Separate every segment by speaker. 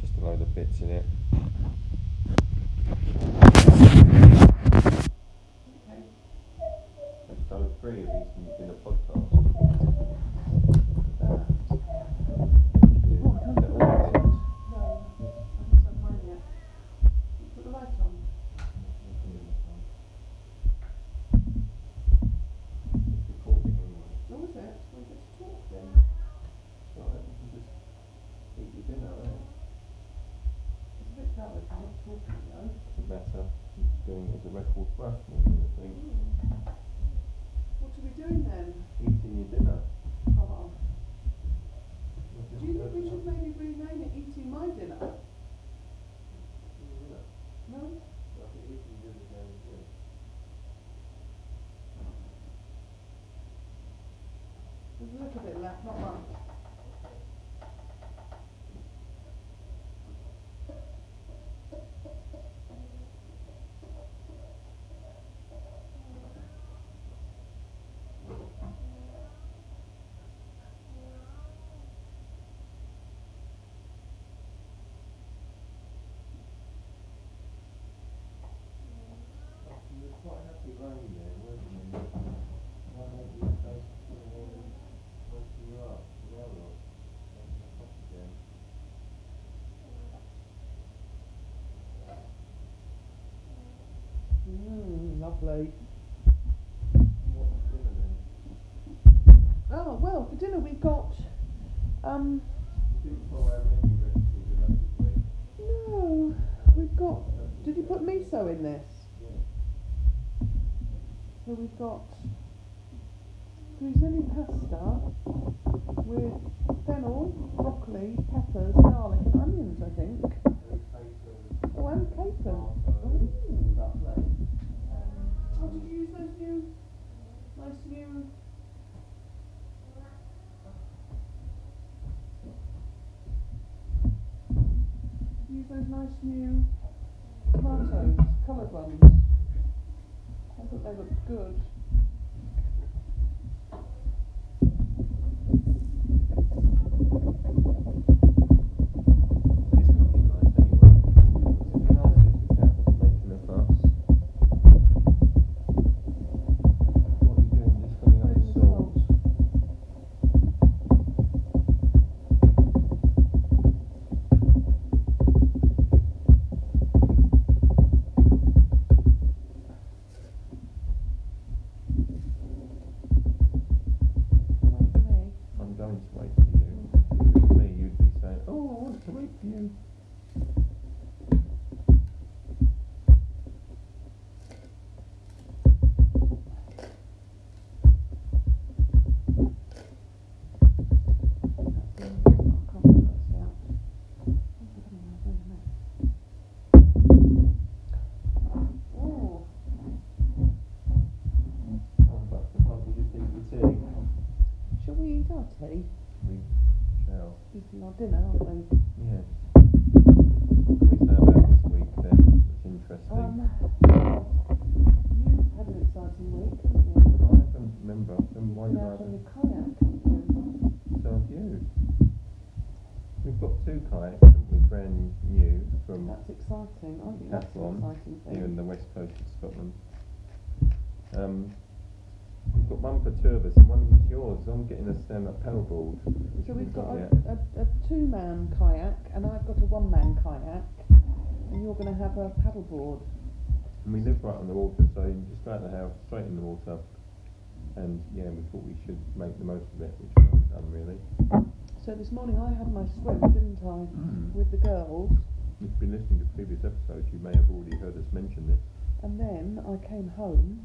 Speaker 1: just a load of bits in it. That's done three of these in the podcast. Yeah, they're all bits. It's recording anyway. It's all right, you can just eat your dinner, right? Doesn't matter. I'm just doing it as a record for us more than anything. Eating your dinner.
Speaker 2: Do you think we should maybe rename it Eating My Dinner?
Speaker 1: Yeah. I
Speaker 2: No?
Speaker 1: think we can do it again, yeah.
Speaker 2: There's a little bit left, not much.
Speaker 1: You were quite happy going there, weren't you? Why not you face to the wall and waking you up? Well, look, that's not up again.
Speaker 2: Mmm, lovely.
Speaker 1: What's dinner then?
Speaker 2: Oh, well, for dinner we've got, um,
Speaker 1: You didn't follow our menu recipe, did I, did we?
Speaker 2: no, we've got, did you put miso in this?
Speaker 1: Yeah.
Speaker 2: So we've got Brazilian pasta with fennel, broccoli, peppers, garlic and onions, I think.
Speaker 1: And capers,
Speaker 2: Oh, and capers.
Speaker 1: tomato,
Speaker 2: Ooh, lovely. Oh,
Speaker 1: and,
Speaker 2: did you use those new, nice new? Use those nice new tomatoes, coloured ones. I thought they looked good.
Speaker 1: But it's gonna be nice anyway. It'd be nice if the cat was making a fuss. What are you doing? Just filling up the
Speaker 2: Filling the
Speaker 1: salt.
Speaker 2: salt. Wait for me.
Speaker 1: I'm going to wait for you. If it was me, you'd be saying, "Oh, I want to wait for you."
Speaker 2: Oh,
Speaker 1: Oh, but can't we just eat the tea?
Speaker 2: shall we eat our tea?
Speaker 1: We shall.
Speaker 2: Eating our dinner, aren't we?
Speaker 1: Yeah. What can we say about this week then? It's interesting.
Speaker 2: Um, you've had an exciting week, haven't you?
Speaker 1: I don't remember. Then why
Speaker 2: You're
Speaker 1: did
Speaker 2: out
Speaker 1: I
Speaker 2: on your kayak, haven't you?
Speaker 1: so have you? We've got two kayaks, haven't we? Brand new from
Speaker 2: That's exciting. I think that's an
Speaker 1: Decathlon,
Speaker 2: exciting
Speaker 1: here in
Speaker 2: thing.
Speaker 1: the west coast of Scotland. Um, we've got one for two of us and one that's yours. I'm getting a stand-up paddleboard. which
Speaker 2: So
Speaker 1: we
Speaker 2: we've got
Speaker 1: yet.
Speaker 2: a, a, a two-man kayak, and I've got a one-man kayak, and you're going to have a paddleboard.
Speaker 1: And we live right on the water, so you just go out the house, straight in the water. And yeah, we thought we should make the most of it, which we haven't done really.
Speaker 2: So this morning I had my swim, didn't I, with the girls,
Speaker 1: If you've been listening to previous episodes, you may have already heard us mention this.
Speaker 2: and then I came home,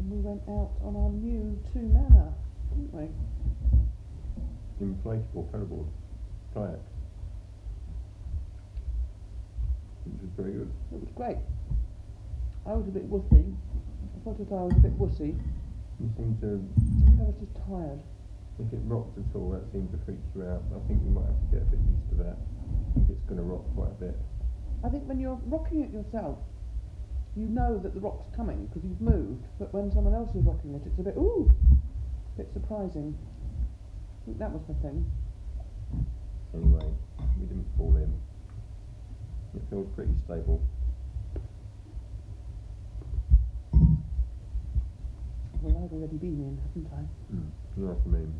Speaker 2: and we went out on our new two-manner, didn't we?
Speaker 1: Inflatable paddleboard kayak. Which is very good.
Speaker 2: It was great. I was a bit wussy. I thought that I was a bit wussy.
Speaker 1: You seem to,
Speaker 2: I think I was just tired.
Speaker 1: if it rocks at all, that seemed to freak you out. I think we might have to get a bit used to that. I think it's going to rock quite a bit.
Speaker 2: I think when you're rocking it yourself, you know that the rock's coming because you've moved. But when someone else is rocking it, it's a bit ooh, a bit surprising. I think that was my thing.
Speaker 1: Anyway, we didn't fall in. feels pretty stable.
Speaker 2: Well, I've already been in, haven't I?
Speaker 1: Mm. You know what I mean?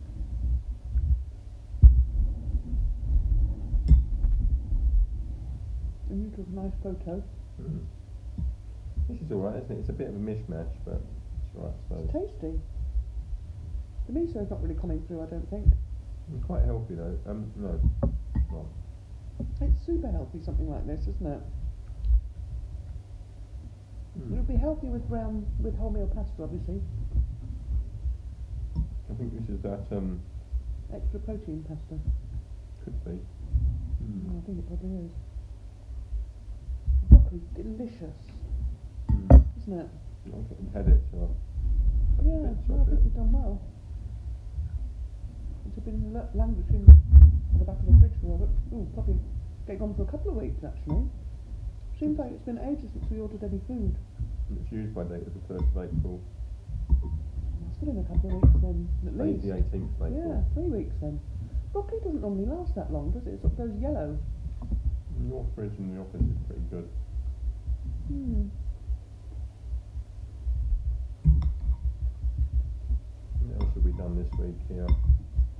Speaker 2: And you took a nice photo.
Speaker 1: Mm. This is alright, isn't it? It's a bit of a mishmash, but it's alright, I
Speaker 2: It's
Speaker 1: suppose.
Speaker 2: tasty. The miso's not really coming through, I don't think.
Speaker 1: Mm, Quite healthy though. Um, no. Well,
Speaker 2: It's super healthy, something like this, isn't it? It'll
Speaker 1: mm.
Speaker 2: be healthy with brown, with wholemeal pasta, obviously.
Speaker 1: I think this is that, um,
Speaker 2: Extra protein pasta.
Speaker 1: could be.
Speaker 2: Oh,
Speaker 1: Mm.
Speaker 2: I think it probably is. Broccoli's delicious,
Speaker 1: Mm.
Speaker 2: isn't it?
Speaker 1: I'm getting headache, so I'll take a
Speaker 2: Yeah,
Speaker 1: bit
Speaker 2: well, I
Speaker 1: of
Speaker 2: think
Speaker 1: it.
Speaker 2: you've done well. It's been la- languishing on the back of the fridge for a- ooh, probably getting on for a couple of weeks actually. Seems like it's been ages since we ordered any food.
Speaker 1: And It's used by date of the 1st of April.
Speaker 2: It's been in a couple of weeks then, at
Speaker 1: Today's
Speaker 2: least.
Speaker 1: the 18th of
Speaker 2: Yeah,
Speaker 1: April.
Speaker 2: three weeks then. Broccoli doesn't normally last that long, does it? It sort of goes yellow.
Speaker 1: Your fridge in the office is pretty good.
Speaker 2: Hmm.
Speaker 1: What else have we done this week here?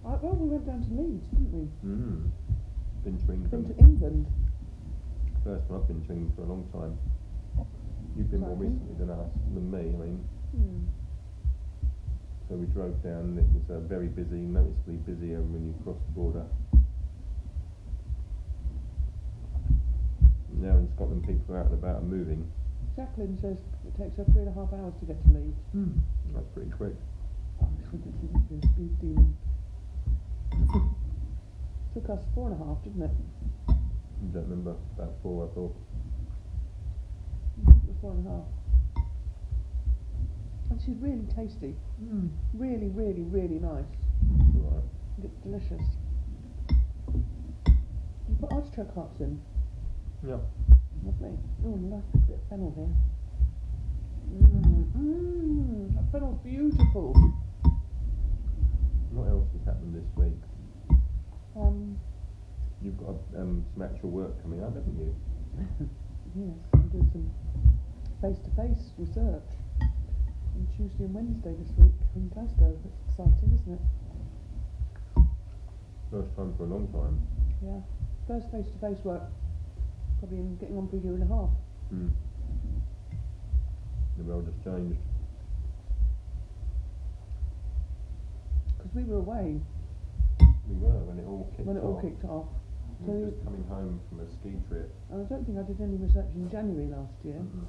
Speaker 2: I, Uh, well, we went down to Leeds, didn't we?
Speaker 1: Mm. Been to
Speaker 2: Been
Speaker 1: England.
Speaker 2: to England.
Speaker 1: First one I've been to England for a long time. You've been more
Speaker 2: Exciting.
Speaker 1: recently than us, than me, I mean.
Speaker 2: Hmm.
Speaker 1: So we drove down and it was uh, very busy, noticeably busier when you crossed the border. Now in Scotland people are out and about and moving.
Speaker 2: Jacqueline says it takes her three and a half hours to get to Leeds.
Speaker 1: That's pretty quick.
Speaker 2: Oh, this would be a speed demon. Took us four and a half, didn't it?
Speaker 1: I don't remember, about four I thought.
Speaker 2: I think It was four and a half. And she's really tasty. Really, really, really nice.
Speaker 1: Right.
Speaker 2: It's delicious. You put artichoke hearts in.
Speaker 1: Yeah.
Speaker 2: Lovely. Oh, and a nice big bit of fennel here. Mmm, mmm, that fennel's beautiful.
Speaker 1: What else has happened this week?
Speaker 2: Um,
Speaker 1: You've got um, some actual work coming up, haven't you?
Speaker 2: yes, I'm doing some face-to-face research on Tuesday and Wednesday this week in Glasgow. It's exciting, isn't it?
Speaker 1: First time for a long time.
Speaker 2: Yeah. First face-to-face work, probably in getting on for a year and a half.
Speaker 1: Mm. The world has changed.
Speaker 2: Because we were away
Speaker 1: We were when it all kicked
Speaker 2: when it all
Speaker 1: off.
Speaker 2: kicked off.
Speaker 1: We were
Speaker 2: so-
Speaker 1: just coming home from a ski trip.
Speaker 2: And I don't think I did any research in January last year.
Speaker 1: Mhm.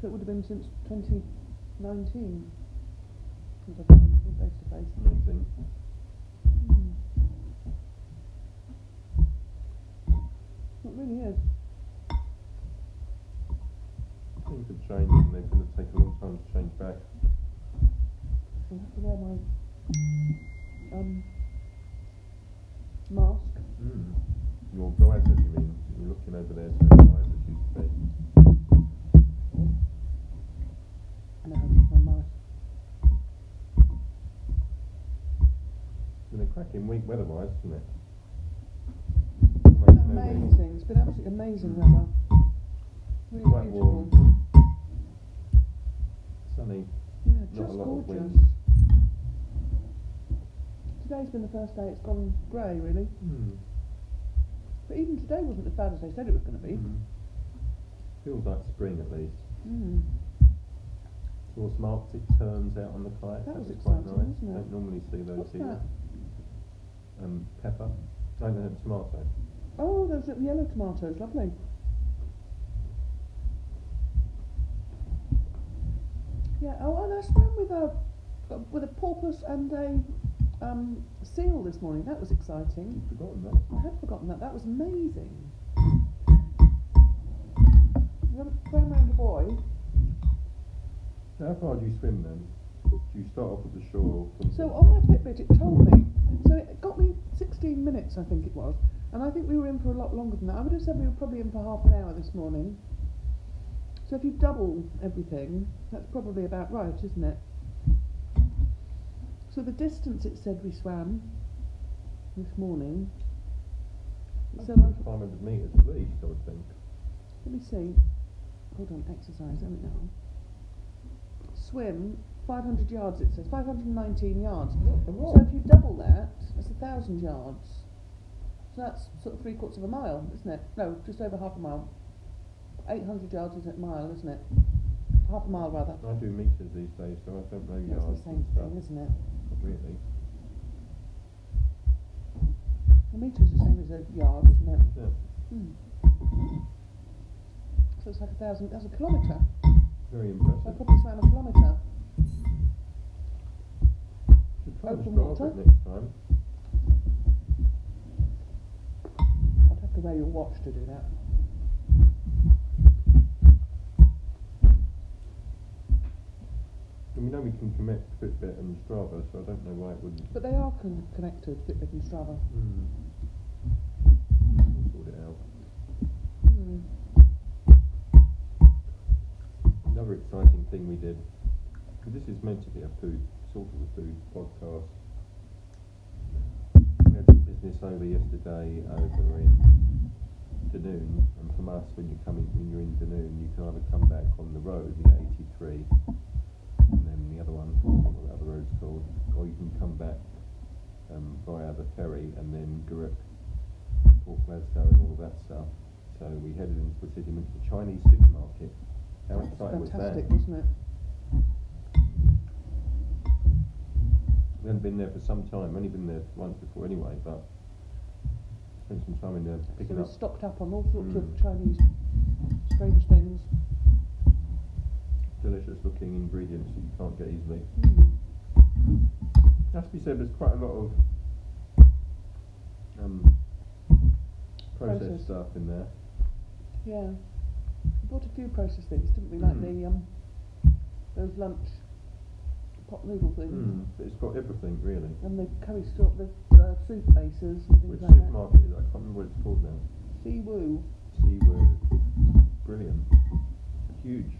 Speaker 2: So it would have been since 2019 since I've been in full face-to-face.
Speaker 1: Amazing.
Speaker 2: Mm. It really is.
Speaker 1: Things have changed and they're going to take a long time to change back.
Speaker 2: I have to wear my um, mask. Hmm.
Speaker 1: Mm. Your visor, you mean? You're looking over there, so the visor used to be.
Speaker 2: No, it's my mask.
Speaker 1: It's been a cracking week weather-wise, isn't it?
Speaker 2: It's
Speaker 1: Almost
Speaker 2: been
Speaker 1: no wind.
Speaker 2: amazing. It's been absolutely amazing weather. Really
Speaker 1: Quite
Speaker 2: beautiful.
Speaker 1: warm. Sunny.
Speaker 2: Yeah,
Speaker 1: Not
Speaker 2: just
Speaker 1: a lot of
Speaker 2: gorgeous.
Speaker 1: wind.
Speaker 2: Today's been the first day it's gone grey, really.
Speaker 1: Mm.
Speaker 2: But even today wasn't as bad as they said it was going to be.
Speaker 1: Mhm. Feels like spring at least.
Speaker 2: Mm.
Speaker 1: Saw some Arctic terns out on the kite.
Speaker 2: That was
Speaker 1: quite
Speaker 2: exciting,
Speaker 1: nice.
Speaker 2: wasn't it?
Speaker 1: Don't normally see those
Speaker 2: What's
Speaker 1: here.
Speaker 2: that?
Speaker 1: Um, pepper. No, no, tomato.
Speaker 2: Oh, those little yellow tomatoes, lovely. Yeah. Oh, and I swam with a with a porpoise and a um, seal this morning. That was exciting.
Speaker 1: You've forgotten that.
Speaker 2: I had forgotten that. That was amazing. We went swam round a buoy.
Speaker 1: So how far do you swim then? Do you start off at the shore? from
Speaker 2: So
Speaker 1: the-
Speaker 2: on my Fitbit, it told me. So it got me 16 minutes, I think it was. And I think we were in for a lot longer than that. I would have said we were probably in for half an hour this morning. So if you double everything, that's probably about right, isn't it? So the distance it said we swam this morning.
Speaker 1: That's
Speaker 2: So
Speaker 1: about 500 metres at least, I would think.
Speaker 2: Let me see. Hold on, exercise. There we are. Swim, 500 yards it says, 519 yards. So if you double that, that's a thousand yards. So that's sort of three quarters of a mile, isn't it? No, just over half a mile. 800 yards is a mile, isn't it? Half a mile rather.
Speaker 1: I do meters these days, so I don't know
Speaker 2: Yeah,
Speaker 1: yards.
Speaker 2: it's the same
Speaker 1: and stuff,
Speaker 2: thing, isn't it?
Speaker 1: Really.
Speaker 2: A metre is the same as a yard, isn't it?
Speaker 1: Yeah.
Speaker 2: Hmm. So it's like a thousand. That's a kilometre.
Speaker 1: Very
Speaker 2: I
Speaker 1: impressive.
Speaker 2: probably swam a kilometre.
Speaker 1: Should try
Speaker 2: open
Speaker 1: the Strava
Speaker 2: water.
Speaker 1: next time.
Speaker 2: I'd have to wear your watch to do that.
Speaker 1: And we know we can connect Fitbit and Strava, so I don't know why it wouldn't.
Speaker 2: But they are con- connected, Fitbit and Strava.
Speaker 1: Mm. Sort it out.
Speaker 2: Hmm.
Speaker 1: Another exciting thing we did. This is meant to be a food, sort of a food podcast. We had some business over yesterday over in Dunoon, and from us, when you come in, when you're in Dunoon, you can either come back on the road, you know, 83, and then the other one, what the other road's called, or you can come back um, via the ferry and then Guruk, Port Glasgow, and all that stuff. So we headed into the city, went to the Chinese supermarket. How
Speaker 2: That was
Speaker 1: exciting was that?
Speaker 2: fantastic, wasn't it?
Speaker 1: We hadn't been there for some time, only been there once before anyway, but spent some time in there
Speaker 2: so
Speaker 1: picking
Speaker 2: we
Speaker 1: up.
Speaker 2: stocked up on all sorts
Speaker 1: Mm.
Speaker 2: of Chinese strange things.
Speaker 1: delicious looking ingredients that you can't get easily.
Speaker 2: Hmm.
Speaker 1: Has to be said, there's quite a lot of um, processed
Speaker 2: Processed.
Speaker 1: stuff in there.
Speaker 2: Yeah. We bought a few processed things, didn't we? Like
Speaker 1: Mm.
Speaker 2: the um, those lunch pot noodle things.
Speaker 1: Mm, but it's got everything really.
Speaker 2: And the curry sort, the uh, soup bases and things
Speaker 1: Which
Speaker 2: like that.
Speaker 1: supermarket is it? I can't remember what it's called now.
Speaker 2: Siwoo.
Speaker 1: Seaward. Brilliant. Huge.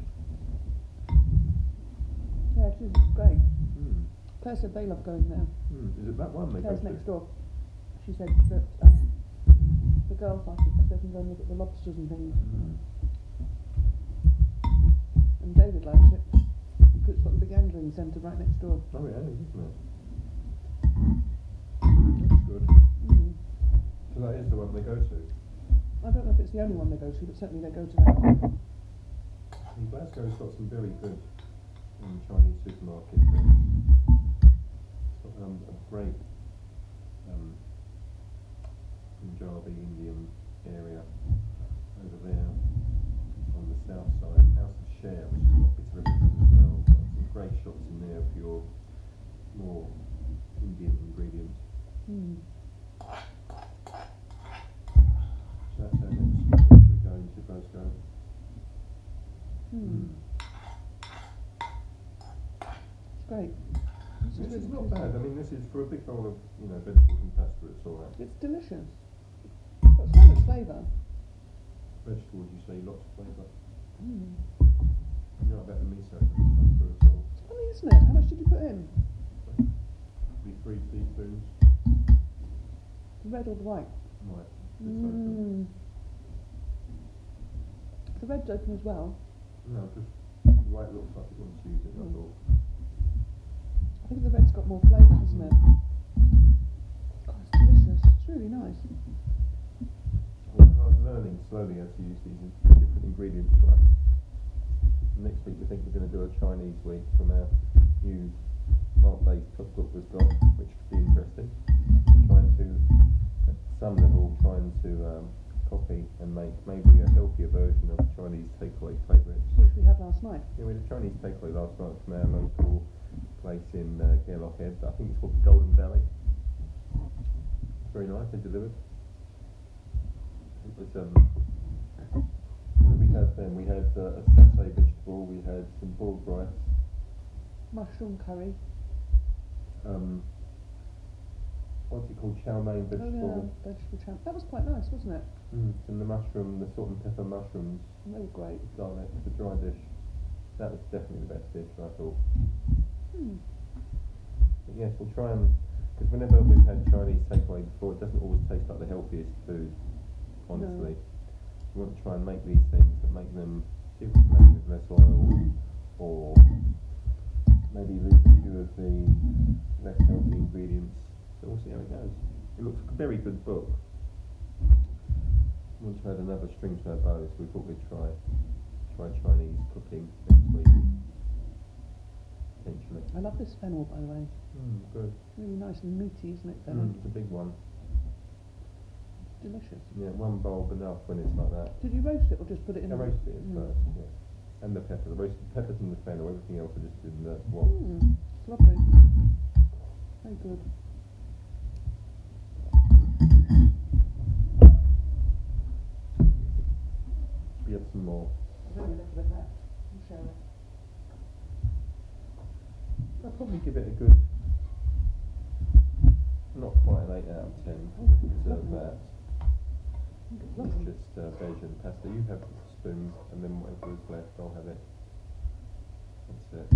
Speaker 2: Yeah, it is great.
Speaker 1: Mm.
Speaker 2: Claire said they love going there.
Speaker 1: Mm. Is it that one they
Speaker 2: Claire's
Speaker 1: go to?
Speaker 2: next door. She said that um, the girls like it because they can go and look at the lobsters and things.
Speaker 1: Mm.
Speaker 2: And David likes it because it's got the big angling centre right next door.
Speaker 1: Oh yeah, it is, isn't it? That's good.
Speaker 2: Mm.
Speaker 1: So that is the one they go to.
Speaker 2: I don't know if it's the only one they go to, but certainly they go to that one.
Speaker 1: And Glasgow's got some very good um, Chinese supermarket things. It's got um, a great um, Punjabi Indian area over there on the south side, House of Share, which has got a bit of everything as well. Got some great shops in there for your more Indian ingredients.
Speaker 2: Mm.
Speaker 1: So that's our next stop if we go into Glasgow.
Speaker 2: Mm. It's great. It's
Speaker 1: Which
Speaker 2: really
Speaker 1: is not
Speaker 2: tasty.
Speaker 1: bad. I mean, this is for a big bowl of you know vegetables and pasta. It's all right.
Speaker 2: It's delicious. It's got so much flavour.
Speaker 1: Vegetables, you say, lots of flavour.
Speaker 2: Mm.
Speaker 1: No, about the miso doesn't come through at all.
Speaker 2: It's funny, isn't it? How much did you put in?
Speaker 1: Be three teaspoons.
Speaker 2: The red or the white?
Speaker 1: Right. it's open.
Speaker 2: Mm. The red's open as well.
Speaker 1: No, just the white looks like it wants to use it, that's
Speaker 2: Mm.
Speaker 1: all.
Speaker 2: I think the red's got more flavour, hasn't it? God, it's delicious. It's really nice.
Speaker 1: Well, I'm learning slowly how to use these in- different ingredients for us. Next week we think we're going to do a Chinese week from our new art-based cookbook we've got, which could be interesting. Trying to, at some level, trying to um, copy and make maybe a healthier version of Chinese takeaway favourites.
Speaker 2: Which we had last night.
Speaker 1: Yeah, we had a Chinese takeaway last night from our local place in uh, Gairloch Head. I think it's called the Golden Valley. Very nice, they delivered. It was, um, what did we had then? We had uh, a satay vegetable, we had some boiled rice,
Speaker 2: Mushroom curry.
Speaker 1: um, what's it called, chow mein
Speaker 2: Oh,
Speaker 1: vegetable,
Speaker 2: yeah. Vegetable champ. That was quite nice, wasn't it?
Speaker 1: mm. and the mushroom, the salt and pepper mushrooms,
Speaker 2: They were great.
Speaker 1: garlic, the dry dish. That was definitely the best dish, I thought.
Speaker 2: Mm.
Speaker 1: But yes, we'll try and because whenever we've had Chinese takeaway before, it doesn't always taste like the healthiest food, honestly. you want to try and make these things, but make them see if we can make them with less oil or maybe leave a few of the less healthy ingredients. So we'll see how it goes. It looks like a very good book. Once we had another string to our bow, so we thought we'd try try Chinese cooking next week. Potentially.
Speaker 2: I love this fennel, by the way.
Speaker 1: Mm, good.
Speaker 2: Really nice and meaty, isn't it, fennel?
Speaker 1: Mm, it's a big one.
Speaker 2: Delicious.
Speaker 1: Yeah, one bulb enough when it's like that.
Speaker 2: Did you roast it or just put it in?
Speaker 1: I
Speaker 2: a-
Speaker 1: roasted it
Speaker 2: Mm.
Speaker 1: first, yeah. And the pepper, the roasted peppers and the fennel, everything else I just did in the wok.
Speaker 2: Mm, it's lovely. Very good.
Speaker 1: We had some more.
Speaker 2: There's only a little bit left. I'll share it.
Speaker 1: I'd probably give it a good, not quite an 8 out of 10. I would reserve that.
Speaker 2: It's
Speaker 1: It's
Speaker 2: lovely.
Speaker 1: just uh, veg and pasta. You have the spoon, and then whatever is left, I'll have it. That's it.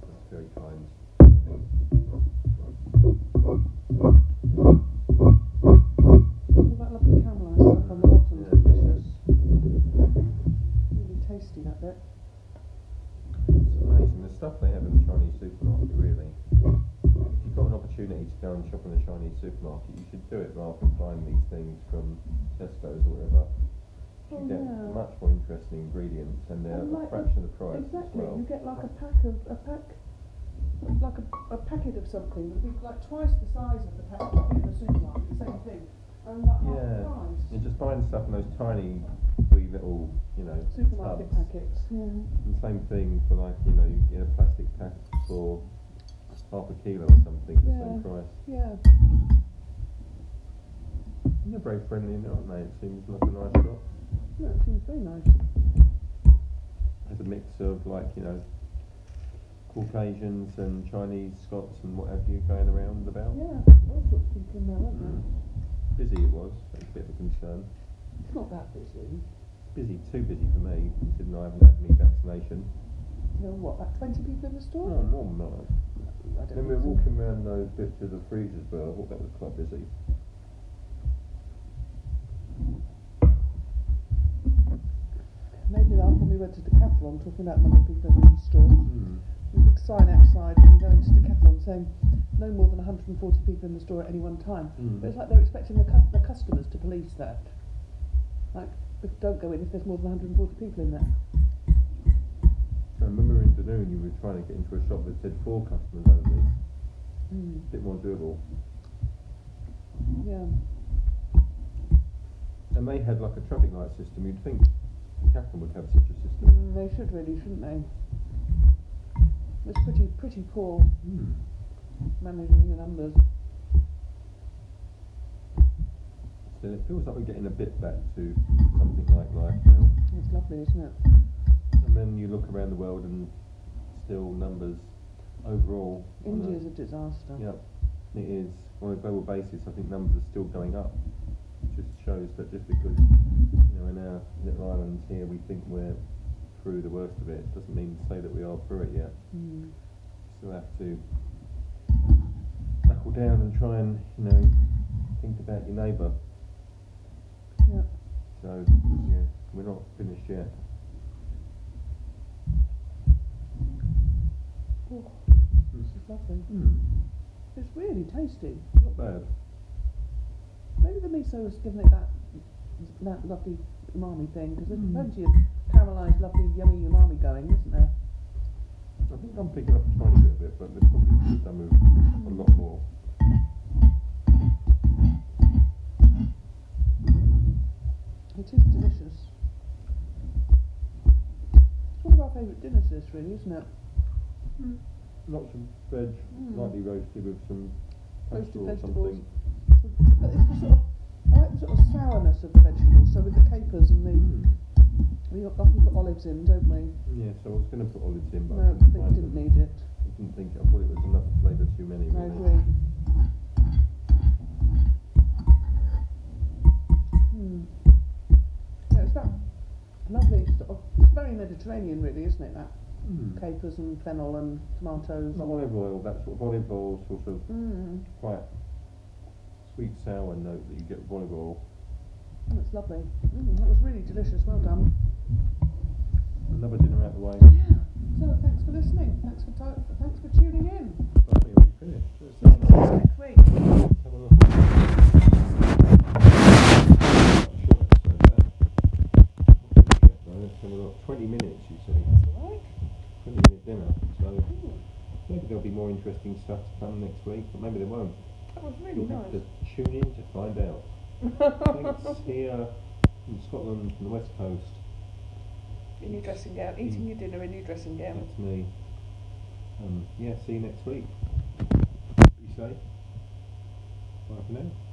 Speaker 1: That's very kind. I think.
Speaker 2: All that lovely caramelised stuff on the bottom
Speaker 1: Yeah.
Speaker 2: is delicious. Really tasty, that bit.
Speaker 1: It's amazing the stuff they have in the Chinese supermarket, really. If you've got an opportunity to go and shop in a Chinese supermarket, you should do it rather than buying these things from Tesco's or whatever.
Speaker 2: Oh,
Speaker 1: you get
Speaker 2: yeah.
Speaker 1: much more interesting ingredients and they're
Speaker 2: And
Speaker 1: a
Speaker 2: like-
Speaker 1: fraction of the price as
Speaker 2: Exactly.
Speaker 1: well.
Speaker 2: You get like a pack of a pack, like a, a packet of something. It'd be like twice the size of the pack in the supermarket. The same thing, and like half the
Speaker 1: Yeah.
Speaker 2: price.
Speaker 1: You're just buying stuff in those tiny, wee little, you know,
Speaker 2: Supermarket
Speaker 1: tubs.
Speaker 2: packets. Yeah.
Speaker 1: And same thing for like, you know, you get a plastic pack for half a kilo or something, the same
Speaker 2: Yeah.
Speaker 1: price.
Speaker 2: Yeah.
Speaker 1: And they're very friendly, aren't they? It seems like a nice shop.
Speaker 2: No, it seems very nice.
Speaker 1: There's a mix of like, you know, Caucasians and Chinese, Scots and what have you going around about.
Speaker 2: Yeah. That's what you can there, isn't
Speaker 1: Mm.
Speaker 2: it?
Speaker 1: Busy it was, that's a bit of a concern.
Speaker 2: It's not that busy.
Speaker 1: Busy, too busy for me, considering I haven't had any vaccination.
Speaker 2: You know what? About twenty people in
Speaker 1: Oh,
Speaker 2: the store.
Speaker 1: more than that.
Speaker 2: I don't
Speaker 1: Then we
Speaker 2: think
Speaker 1: were
Speaker 2: so.
Speaker 1: walking around those bits of the freeze as well. I thought that was quite busy.
Speaker 2: Made me laugh when we went to Decathlon talking about the number of people in the store. There's a big sign outside when you go into Decathlon saying no more than 140 people in the store at any one time.
Speaker 1: Mm.
Speaker 2: But it's like they're expecting the, cu- the customers to police that. Like, if- don't go in if there's more than 140 people in there.
Speaker 1: I remember in Dunoon you were trying to get into a shop that said four customers only.
Speaker 2: Mm.
Speaker 1: A bit more doable.
Speaker 2: Yeah.
Speaker 1: And they had like a traffic light system. You'd think Captain would have such a system.
Speaker 2: Mm, they should really, shouldn't they? It's pretty, pretty poor
Speaker 1: Mm.
Speaker 2: managing the numbers.
Speaker 1: So it feels like we're getting a bit back to something like life now.
Speaker 2: It's lovely, isn't it?
Speaker 1: And then you look around the world and still numbers overall. on a-
Speaker 2: India's a disaster.
Speaker 1: Mm. Yeah, it is. On a global basis, I think numbers are still going up. Just shows that just because, you know, in our little islands here, we think we're through the worst of it, doesn't mean to say that we are through it yet.
Speaker 2: Mm.
Speaker 1: Still have to knuckle down and try and, you know, think about your neighbour.
Speaker 2: Yeah.
Speaker 1: So, yeah, we're not finished yet.
Speaker 2: Oh, this is lovely.
Speaker 1: Hmm,
Speaker 2: It's really tasty.
Speaker 1: not bad.
Speaker 2: Maybe the miso has given it that that lovely umami thing because there's
Speaker 1: Mm.
Speaker 2: plenty of caramelised, lovely, yummy umami going, isn't there?
Speaker 1: I think I'm picking up a tiny bit of it, but there's probably could have done with a lot more.
Speaker 2: It is delicious. It's one of our favourite dinners, this really, isn't it?
Speaker 1: Lots of veg,
Speaker 2: Mm.
Speaker 1: lightly roasted with some pasta
Speaker 2: Roasted
Speaker 1: or
Speaker 2: vegetables.
Speaker 1: something.
Speaker 2: But it's the sort of I like the sort of sourness of the vegetables. So with the capers and the
Speaker 1: Mm.
Speaker 2: we often put olives in, don't we?
Speaker 1: Yeah, so I was going to put olives in, but
Speaker 2: No,
Speaker 1: I couldn't
Speaker 2: we
Speaker 1: find
Speaker 2: didn't
Speaker 1: them.
Speaker 2: need it.
Speaker 1: I didn't think I thought it was another flavour too many.
Speaker 2: I
Speaker 1: Really.
Speaker 2: agree. Hmm. Yeah, it's that lovely sort of. It's very Mediterranean, really, isn't it? That
Speaker 1: Mm.
Speaker 2: capers and fennel and tomatoes. Hmm.
Speaker 1: Not olive oil, that sort of olive oil, sort of
Speaker 2: Mm.
Speaker 1: quite sweet sour note that you get from olive oil.
Speaker 2: Oh, that's lovely. Mm, that was really delicious. Well done.
Speaker 1: Another dinner out the way.
Speaker 2: So thanks for listening. Thanks for ti thanks for tuning in.
Speaker 1: I think we're finished. Let's
Speaker 2: See you guys next week.
Speaker 1: have a look. Sure, that's so bad. Let's have a look. 20 minutes, you see.
Speaker 2: That's all right.
Speaker 1: 20 minute dinner. So
Speaker 2: Ooh,
Speaker 1: maybe there'll be more interesting stuff to come next week, but maybe there won't.
Speaker 2: that was really
Speaker 1: You'll have to
Speaker 2: nice.
Speaker 1: tune in to find out. Thanks here in Scotland, from the west coast.
Speaker 2: in your dressing gown, eating your dinner in your dressing gown.
Speaker 1: That's me. Um, yeah, see you next week. Be safe. Bye for now.